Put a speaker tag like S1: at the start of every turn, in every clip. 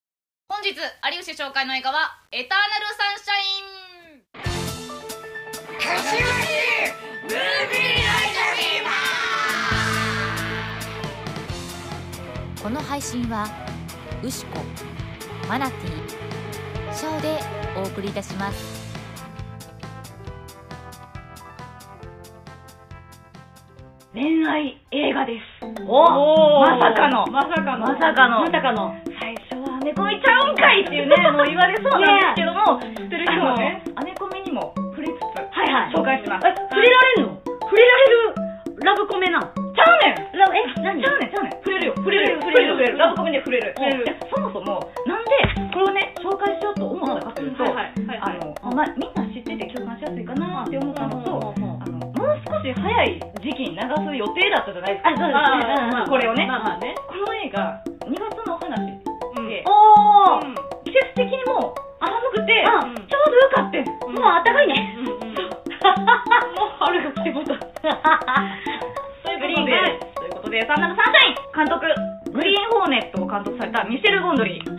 S1: 日有吉紹介の映画は「エターナルサンシャイン」
S2: この配信はウシコマナティシャオでお送りいたします
S3: 恋愛映画です。
S4: お
S3: まさかの
S4: まさかの
S3: まさかの
S4: まさかの
S3: 最初はアメコ
S4: こ
S3: ミ
S4: いちゃうんかいっ ていうねもう言われそうなんですけども知ってる
S3: あ
S4: 人
S3: の
S4: はね
S3: ね、アメコミにも触れつつ、
S4: はいはい
S3: 紹介します。
S4: え触れられるの触れられるラブコメなの
S3: ちゃうねん
S4: ラブえ何
S3: ちゃうねん、ちゃうねん。触れるよ、触
S4: れるよ
S3: 触れる、触
S4: 触れ
S3: れ
S4: る
S3: る。ラブコメで触れる。
S4: 触れる
S3: いやそもそも、なんで、これをね、紹介しようと思ったかというと、
S4: はいはいはい
S3: あの、まあ、みんな知ってて共感しやすいかなって思ったのと、あの、もう少し早い時期に流す予定だったじゃないですか。
S4: あそうですねうんうんうん
S3: これをね、
S4: まあまあね
S3: この映画、2月のお話で、
S4: おお
S3: うん季節的にも寒くて、
S4: うん
S3: ちょうどよかったよ。
S4: もうあったかいね
S3: うんうん
S4: もう春が来てもた
S3: ということで、ということで、サンダルサンシャイン監督、グリーンホーネットを監督されたミシェル・ゴンドリー。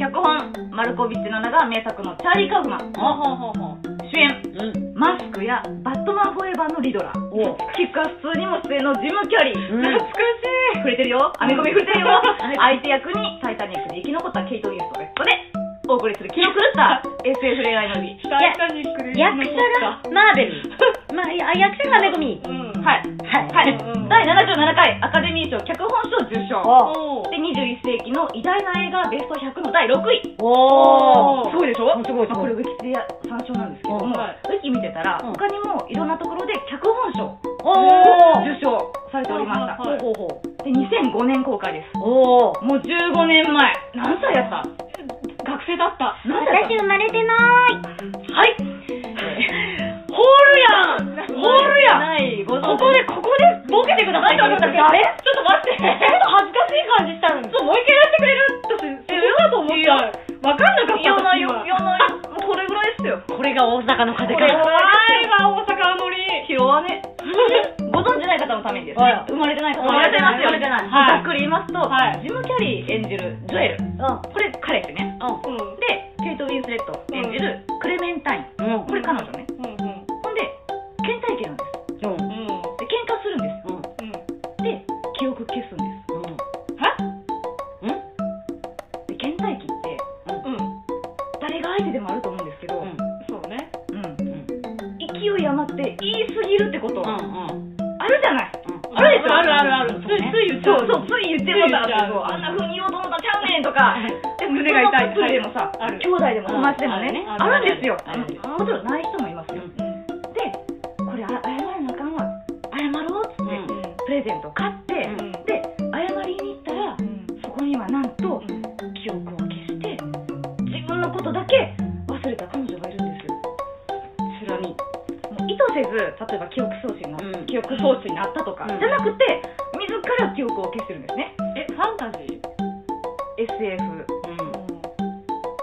S3: 脚本、マルコビッチ・ナナが名作のチャーリー・カウフマン。
S4: ほうほうほうほう
S3: 主演、
S4: うん
S3: マスクやバットマン・フォーエバーのリドラー。
S4: お
S3: キックアス2にも出演のジム・キャリー。
S4: うん
S3: 懐かしい。触れてるよ。アメコミ触れてるよ
S4: うん。
S3: 相手役にタイタニックで生き残ったケイト・ウィルソンです。それで、お送りする気の狂った SF 恋愛ムービー。
S4: タイ
S3: タニックで
S4: 役者がマーベルまあいや役者がアメコミ
S3: はい。
S4: はい
S3: はい、
S4: うん
S3: 第77回アカデミー賞脚本賞受賞
S4: お
S3: で21世紀の偉大な映画ベスト100の第6位
S4: お
S3: すごいでしょ
S4: すごいすごい
S3: まあ、これウィキで参照なんですけども、
S4: うんはい
S3: ウィキ見てたら、
S4: うん
S3: 他にもいろんなところで脚本賞
S4: お
S3: を
S4: ー
S3: 受賞されておりました、
S4: ほうほうほ
S3: で2005年公開です
S4: うおお
S3: もう15年前何歳やった学生だった何歳やった
S2: 生まれてない
S3: はい
S4: ホールやんホールやん
S3: ないご存知
S4: ここで、ここでボケてくださいって言われた時、あれちょっと待って。ちょっと恥ずかしい感じしたのに。そう、もう一回やってくれる私、そうだと思った。わかんなかった。
S3: いやないよ
S4: 私
S3: い
S4: は
S3: やないよもうこれぐらいですよ
S4: これが大阪の風
S3: これぐらいですよ
S4: わ、大阪のり。
S3: 広はね、 ご存知ない方のためにです
S4: はい
S3: ね、生まれてない方
S4: 生まれてない
S3: 生まれてない
S4: 生まれてないはい
S3: ざっくり言いますと、
S4: はい
S3: ジム・キャリー演じるジョエル、これ彼ですね。
S4: うん。うん。
S3: で、ケイト・ウィンスレット演じるクレメンタイン、
S4: うん
S3: これ彼女ね。
S4: うん。うん。
S3: ほんで、倦怠期なんです。
S4: うん。
S3: で、喧嘩するんですよ。で、記憶消すんです。で、倦怠期って、
S4: うん。
S3: 誰が相手でもあると思うんですけど、
S4: うんそうね。
S3: うん
S4: うん。うん。
S3: 勢い余って言い過ぎるってこと、あ
S4: うん。
S3: るじゃない。
S4: あるでしょ
S3: あるあるあ
S4: る
S3: ついつい言っちゃうそうそうつい言ってもうたらそうあんな風に言おうと思ったんちゃうねんと かでも
S4: 胸が痛い
S3: 普通のカップルでもさ
S4: はいある
S3: 兄弟でも友達でもね
S4: あ
S3: あ
S4: るねある
S3: るんですよ
S4: あるね
S3: もちろんない人もいますよでこれあ謝らなあかんわ謝ろうっつって
S4: うん
S3: プレゼント買って
S4: うん
S3: で謝りに行ったらそこにはなんと記憶を消して自分のことだけ忘れた彼女がいるんですよ
S4: つらみ。
S3: もう意図せず例えば記憶喪失になった、
S4: うん
S3: 記憶喪失になったとか、
S4: うん
S3: じゃなくて自ら記憶を消してるんですね
S4: え、ファンタジー
S3: SF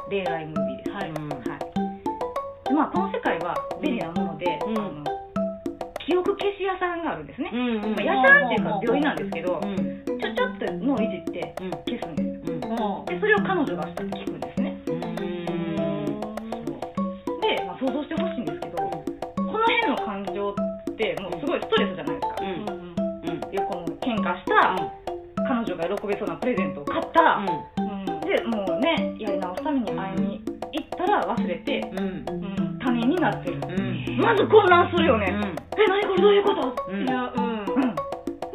S3: 恋愛ムービーです、
S4: はい
S3: うんはいでまあ、この世界は便利なもので、
S4: うん
S3: あの記憶消し屋さんがあるんですね、
S4: うん。うん。
S3: まあ、屋さんっていうか病院なんですけど、
S4: うん。
S3: ちょちょっと脳をいじって
S4: うん。
S3: 消すんですよ
S4: うん。
S3: でそれを彼女がしたって聞くんですねで、まあ、想像してほしいんですけど、この辺の感情ってもうすごいストレスじゃないですか、よこの喧嘩した、彼女が喜べそうなプレゼントを買った、でもうねやり直すために会いに行ったら忘れて他人になってる、まず混乱するよね、え何これどういうこと、
S4: うん
S3: いやうん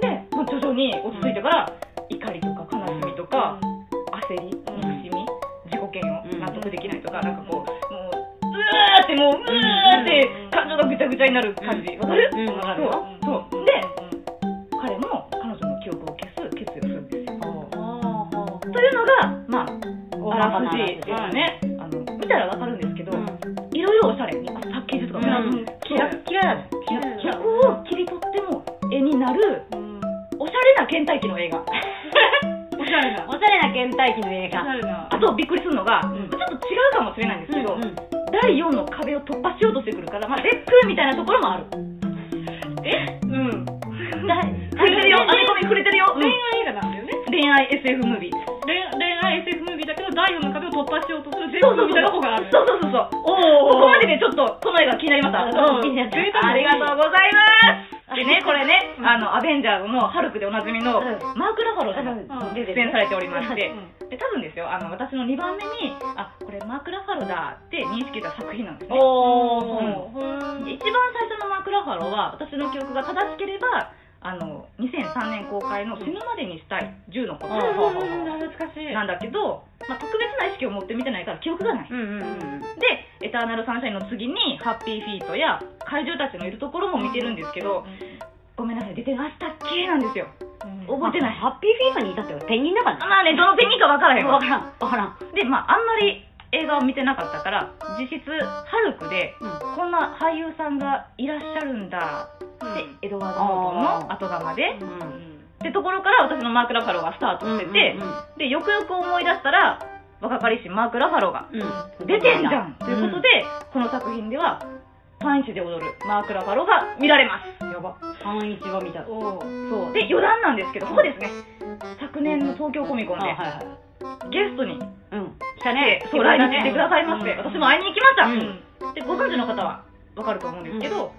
S3: で、まあ、徐々に落ち着いてから、怒りとか悲しみとか、焦り憎
S4: ん
S3: しみ自己嫌悪、
S4: うん
S3: 納得できないとかなんかこうもううわーってもううわーって感情がぐちゃぐちゃになる感じわかる、
S4: うんわかるよ
S3: そうそうで彼も彼女の記憶を消す決意をするんですよというのが、まあ、あらすじですね、あの見たらわかるんですけど、いろいろおしゃれにあパッケージとかも、
S4: うん
S3: キラッキラキラキラ逆を切り取っても絵になるおしゃれな倦怠期の映画
S2: おしゃれな倦怠期の映画
S3: あとびっくりするのが、
S4: ん
S3: ちょっと違うかもしれないんですけど、第4の壁を突破しようとしてくるから、まあ、レックみたいなところもある触れてるよ編み込み触れてるよ、恋愛 SF ムービー突破しようとする全
S4: そう
S3: 部
S4: そう
S3: みたいな方がある
S4: そうそうそうそう。
S3: こ
S4: お
S3: こまででちょっとこの映画気になりました、
S4: うん気になった
S3: ありがとうございますでねこれねあのアベンジャーズのハルクでおなじみの、
S4: うん
S3: マーク・ラファローさんが
S4: うん
S3: 出演されておりまして、で多分ですよあの私の2番目にあこれマーク・ラファローだって認識した作品なんですね
S4: お
S3: ーで一番最初のマーク・ラファローは私の記憶が正しければあの2003年公開の「死ぬまでにしたい銃のこと」
S5: うん
S4: 懐かしい。
S3: なんだけど、まあ、特別な意識を持って見てないから記憶がない、
S5: うんうんうん
S3: で「エターナル・サンシャイン」の次に「ハッピー・フィート」や「怪獣たちのいるところ」も見てるんですけど、ごめんなさい出てましたっけなんですよ覚えてない
S5: ハッピーフィーバーにいたってはペンギンだからね
S3: まあねどの点にか分からへんわ
S5: わからんわからん
S3: でまああんまり映画を見てなかったから実質ハルクで
S5: うん
S3: こんな俳優さんがいらっしゃるんだって、エドワード・ノートンの後釜で、
S5: うん
S3: ってところから私のマーク・ラファローがスタートしてて、
S5: うんうんうん
S3: でよくよく思い出したら若かりしマーク・ラファローが
S5: うん
S3: 出てんじゃんということで、この作品ではパンイチで踊るマーク・ラファローが見られますやば
S5: 三一を見た
S4: お
S3: そうで余談なんですけどここですね昨年の東京コミコンで
S5: はいはい
S3: ゲストに
S5: うん
S3: 来たね
S5: 来て
S3: そう
S5: くれ
S3: 来
S5: た
S3: 日
S5: ね
S3: してくださいまして、
S4: うん
S3: 私も会いに行きました、
S5: うん
S3: でご存知の方はわかると思うんですけど、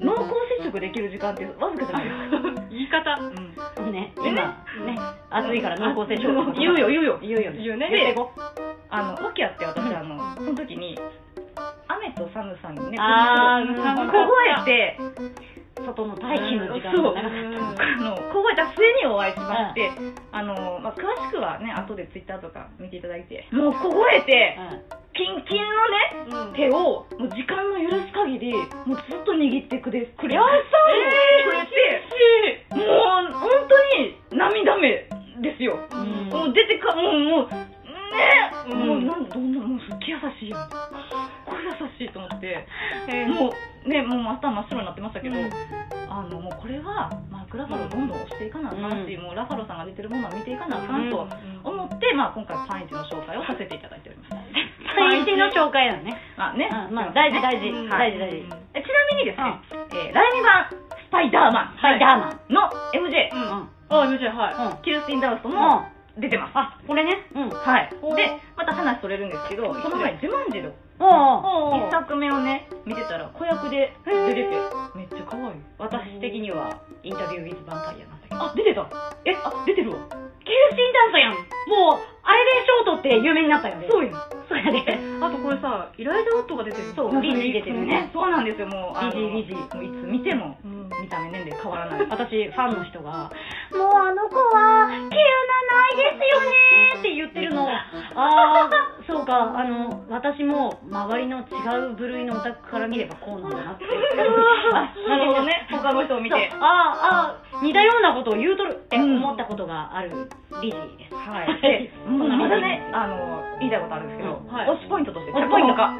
S3: 濃厚接触できる時間ってわずか じゃないですか
S4: 言い方。
S5: ね
S3: で
S5: 今
S3: ね
S5: ね暑いから濃厚接触
S3: 言うよ言うよ
S5: 言うよね
S4: 言うね
S5: 言ってこ
S3: あの訳あって私あのその時に雨と寒さにね
S5: あー
S3: 凍えて
S5: 外の待機の時間
S3: そう
S5: が長かった
S3: あの凍えた末にお会いしまして、あのまあ、詳しくはね後でツイッターとか見ていただいてもう凍えてキンキンのね
S4: うん。
S3: 手をもう時間の許す限りもうずっと握ってくれくれくれてもう本当に涙目ですよ、
S5: うん
S3: もう出てかもうもうね
S4: うん
S3: もうなんどんなもうすっげえ優しいやんすっごい優しいと思って
S4: え
S3: もうねもう頭真っ白になってましたけど、
S4: うん
S3: あのもうこれはマーク・ラファローどんどん押していかなあかん
S5: う
S3: し、
S5: ん
S3: もうラファローさんが出てるものは見ていかなあかんと思っ
S4: 思
S3: て、まあ、今回パンイチの紹介をさせていただいております、
S5: 三一の紹介なのね
S3: まあね
S5: うんまあ大事大事
S4: うん
S5: 大事大事
S3: えちなみにですね、えー、来年版「スパイダーマン
S5: はいダーマン」
S3: の MJ、
S5: うんうん
S4: あ、MJ はい。
S5: うん
S3: キルスティン・ダウスト
S5: うん
S3: も出てます、
S5: あこれねうん
S3: はい
S4: おー
S3: でまた話それるんですけどその前「ジュマンジ」の
S5: おうおう
S4: お
S3: 1作目をね見てたら子役で出ててめっちゃ可愛い
S5: 私的にはインタビューウィズバンタイアなんだけど
S3: あ出てたえあ出てるわ
S5: ケルシンダンスやんもうあれでショートって有名になったよね
S3: そうよ
S5: そうやで
S4: あとこれさ、イライラ夫が出てる。
S5: そうビジー出てるね
S3: そうなんですよもうあの
S5: ビジビジ
S3: もういつ見ても
S4: うん。
S3: 見た目年齢変わら ない
S5: 私ファンの人が「もうあの子は毛穴ないですよね」って言ってる のああそうかあの私も周りの違う部類のオタクから見ればこうなんだなって
S3: あ なるほ どね他の人を見て
S5: そうあーあー似たようなことを言うとるって思ったことがある理事です、
S3: はいで
S5: ん
S3: まだねあの言いたいことあるんですけど、
S5: うん
S4: はい
S3: 推しポイントとして
S5: 推
S3: 脚
S5: しポイン
S3: 本
S5: ト
S3: 家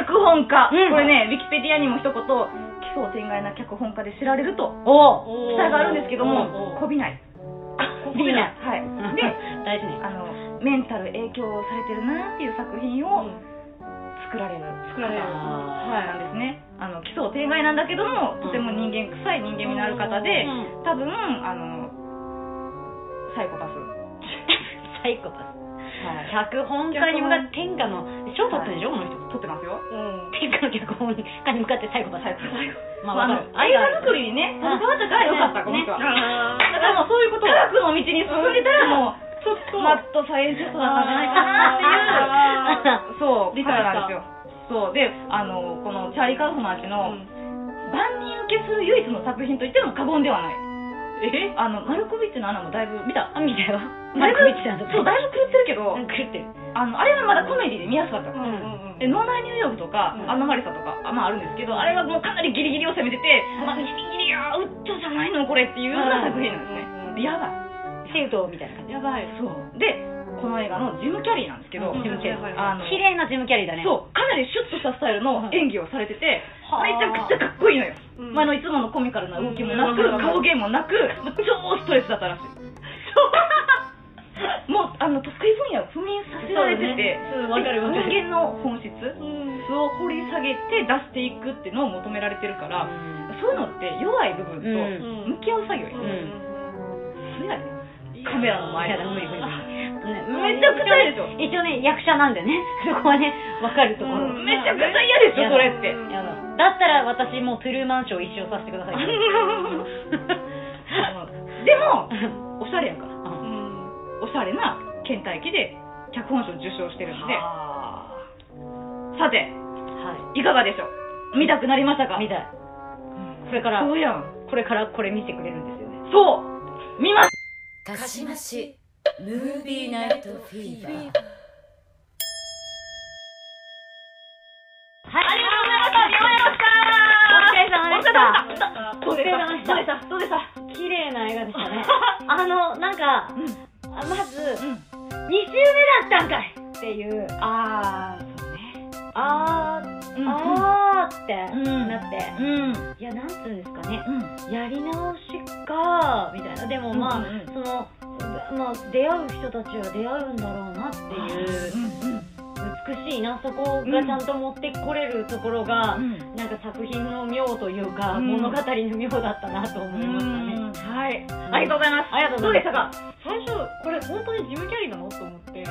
S5: お
S3: 脚本家、
S5: うん
S3: これねウィキペディアにも一言奇想天外な脚本家で知られると
S5: お
S4: お
S3: 記
S4: ー
S3: 載があるんですけど
S4: お
S3: も
S4: ー
S3: こびない
S5: 媚びない
S3: はい
S5: で
S3: で
S5: 大事ね
S3: あのメンタル影響されてるなっていう作品を作られる
S4: 作られる。
S5: は
S3: なんですねあの奇想天外なんだけどもとても人間臭い人間味のある方で、
S5: うん
S3: 多分あのサイコパス、
S5: サイコパス
S3: は
S5: 脚本家に向かって天下の賞取ったでしょこの人
S3: い、撮ってますよ
S4: うん。
S5: 天下の脚本家に向かってサイコパス
S3: サイコパス
S5: まあ
S3: まあ
S5: わ
S3: あ
S5: か
S3: の
S5: る
S3: 映画作りにね携わったからよかったこの人は、
S4: あ
S3: だからもうそういうこと科学の道に進んでたらもう
S4: ーちょっと。
S3: マットサイエンスだったんじゃないかなっていう
S4: あ
S3: そう
S4: 理
S3: 理
S4: 解
S3: 解
S4: した
S3: なんですよそうであのこのチャーリー・カウフマン氏
S4: ー
S3: の万人受けする唯一の作品と言っても過言ではない
S4: え
S3: あのマルコビッチの穴もだいぶ見た
S5: あみたいわ
S3: だいぶ
S5: マルコビッチなんだ
S3: そうだいぶ狂ってるけど、
S5: うん狂ってる
S3: あのあれはまだコメディで見やすかった、
S4: うんうんうん。
S3: で脳内ニューヨークとか、
S4: うん
S3: アンナマリサとかあまああるんですけどあれはもうかなりギリギリを攻めてて、まあ、ギリギリあウッドじゃないのこれっていうような作品なんですね、
S4: うん
S3: やばい
S5: セウトみたいな感じ
S4: やばい。
S3: そうでこの映画のジム・キャリーなんですけど、
S4: うん
S5: ジムキャリー
S3: あの
S5: 綺麗なジムキャリーだね
S3: そうかなりシュッとしたスタイルの演技をされてて、
S5: はあ
S3: めちゃくちゃかっこいいのよ、
S4: うん
S3: 前のいつものコミカルな動きもなく、
S4: うん
S3: 顔芸もなくもう超ストレスだったらしいもうあの得意分野を不眠させられてて、
S5: そうわかるわかる
S3: 人間の本質
S4: う
S3: 素
S4: ん。
S3: を掘り下げて出していくっていうのを求められてるから、そういうのって弱い部分と
S5: うん
S3: 向き合う作業
S4: う
S3: や
S4: ん
S3: ね、それやね
S4: いい
S3: カメラの前
S5: や
S3: で
S5: だ無理無理無理
S3: めちゃくちゃ嫌でしょ
S5: 一応ね役者なんでね そこはね分かるところ、
S3: めちゃくちゃ嫌でしょそれって
S5: やだだったら私もうトゥルーマンショー一生させてください
S3: でもおしゃれやからおしゃれな倦怠期で脚本賞受賞してるんでさて
S5: はい
S3: かがでしょう見たくなりましたか
S5: 見たいこれから
S3: そうやん
S5: これからこれ見せてくれるんですよね
S3: そう見ます
S6: かしましムービーナイトフィーバー
S5: はいありが
S3: お
S5: とうございましたお疲れ様でした
S3: 疲れ様でした
S5: お疲れ様でした
S3: どうでしたどうでした
S5: 綺麗な映画でしたね あのなんか、あまず、二週目だったんかいっていう
S3: ああそうね
S5: あー、
S3: うん
S5: あーって
S3: うん
S5: なって、
S3: うん
S5: いやなんつうんですかね
S3: うん
S5: やり直しかみたいなでもまあ、
S3: うんうん
S5: そのまあ出会う人たちは出会うんだろうなっていう美しいなそこがちゃんと持ってこれるところが、
S3: うん
S5: なんか作品の妙というか、
S3: うん
S5: 物語の妙だったなと思いましたね、
S4: はい
S5: ありがとうございますありがとうございます
S4: 最初これ本当にジム・キャリーなのと思って
S3: うん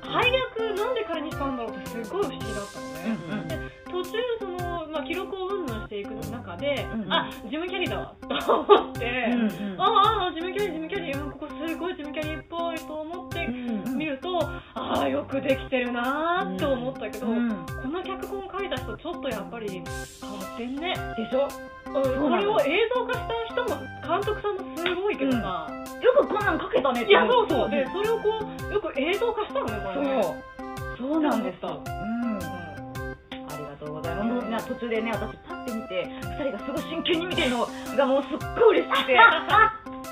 S4: 配役なんで彼にしたんだろうってすごい不思議だったのね、で途中その、まあ、記録をうんぬんしていく中で、
S3: うん
S4: あジム・キャリーだわと思って、
S3: うん
S4: ああジム・キャリージム・キャリーうんここすごいジム・キャリーっぽいと思って見ると、ああよくできてるなーと思ったけど、
S3: うん
S4: この脚本を書いた人ちょっとやっぱり変わってんね
S3: でしょ
S4: うん
S3: う
S4: こ
S3: なの
S4: れを映像化した人も監督さんもすごいけどさ、
S3: よくこんなんかけたねって
S4: いやそうそうでそれをこうよく映像化したのねこれね
S3: そうそうなんですようんあ
S4: う
S3: りがとうございます。もうね途中でね、私パッて見て、二人がすごい真剣に見てるのがもうすっごい嬉しく て、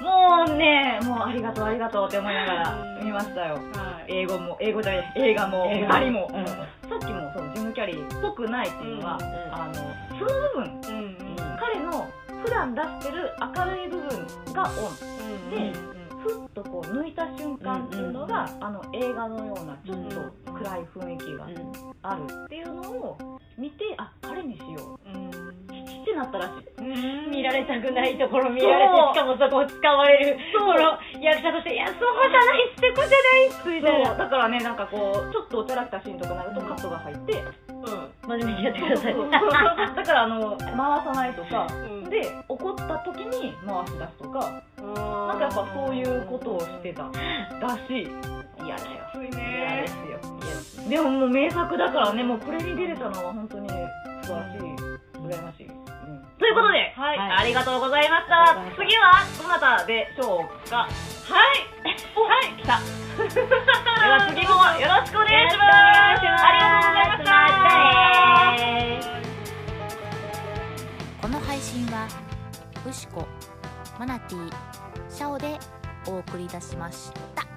S3: もうね、もうありがとうありがとうって思いながら見ましたよ。
S4: んはい
S3: 英語も、英語じゃない、映画も、
S5: 映
S3: 二
S5: 画
S3: 人も、
S5: うん
S3: さっきもそのジム・キャリーっぽくないっていうのは、
S4: うん
S5: うん
S3: あの、その部分、
S4: うんうん
S3: 彼の普段出してる明るい部分がオン。
S4: で
S3: ふっとこう抜いた瞬間っていうのが、あの映画のようなちょっと暗い雰囲気があるっていうのを見て、あ、彼にしよう。ってなったらしい。
S5: 見られたくないところ見られてしかもそこを使われるこの役者としていやそうじゃないそこじゃないみたい
S3: そう
S5: な
S3: だからねなんかこうちょっとおちゃらけたシーンとかになるとカットが入って、
S5: 真面目にやってください
S3: そうそうだからあの回さないとかで怒った時に回し出すとかなんかやっぱそういうことをしてたらしい嫌だよ
S4: 熱い
S3: 嫌で
S4: ね
S3: すよでももう名作だからねもうこれに出れたのは本当に素晴らしい羨ましい、うん、ということで、
S4: はい
S5: はい
S3: ありがとうございました次はどなたでしょうか
S4: はいはい来た
S3: では次もよろしくお願いしますありがとうございました
S5: またね
S2: この配信はウシコマナティシャオでお送りいたしました。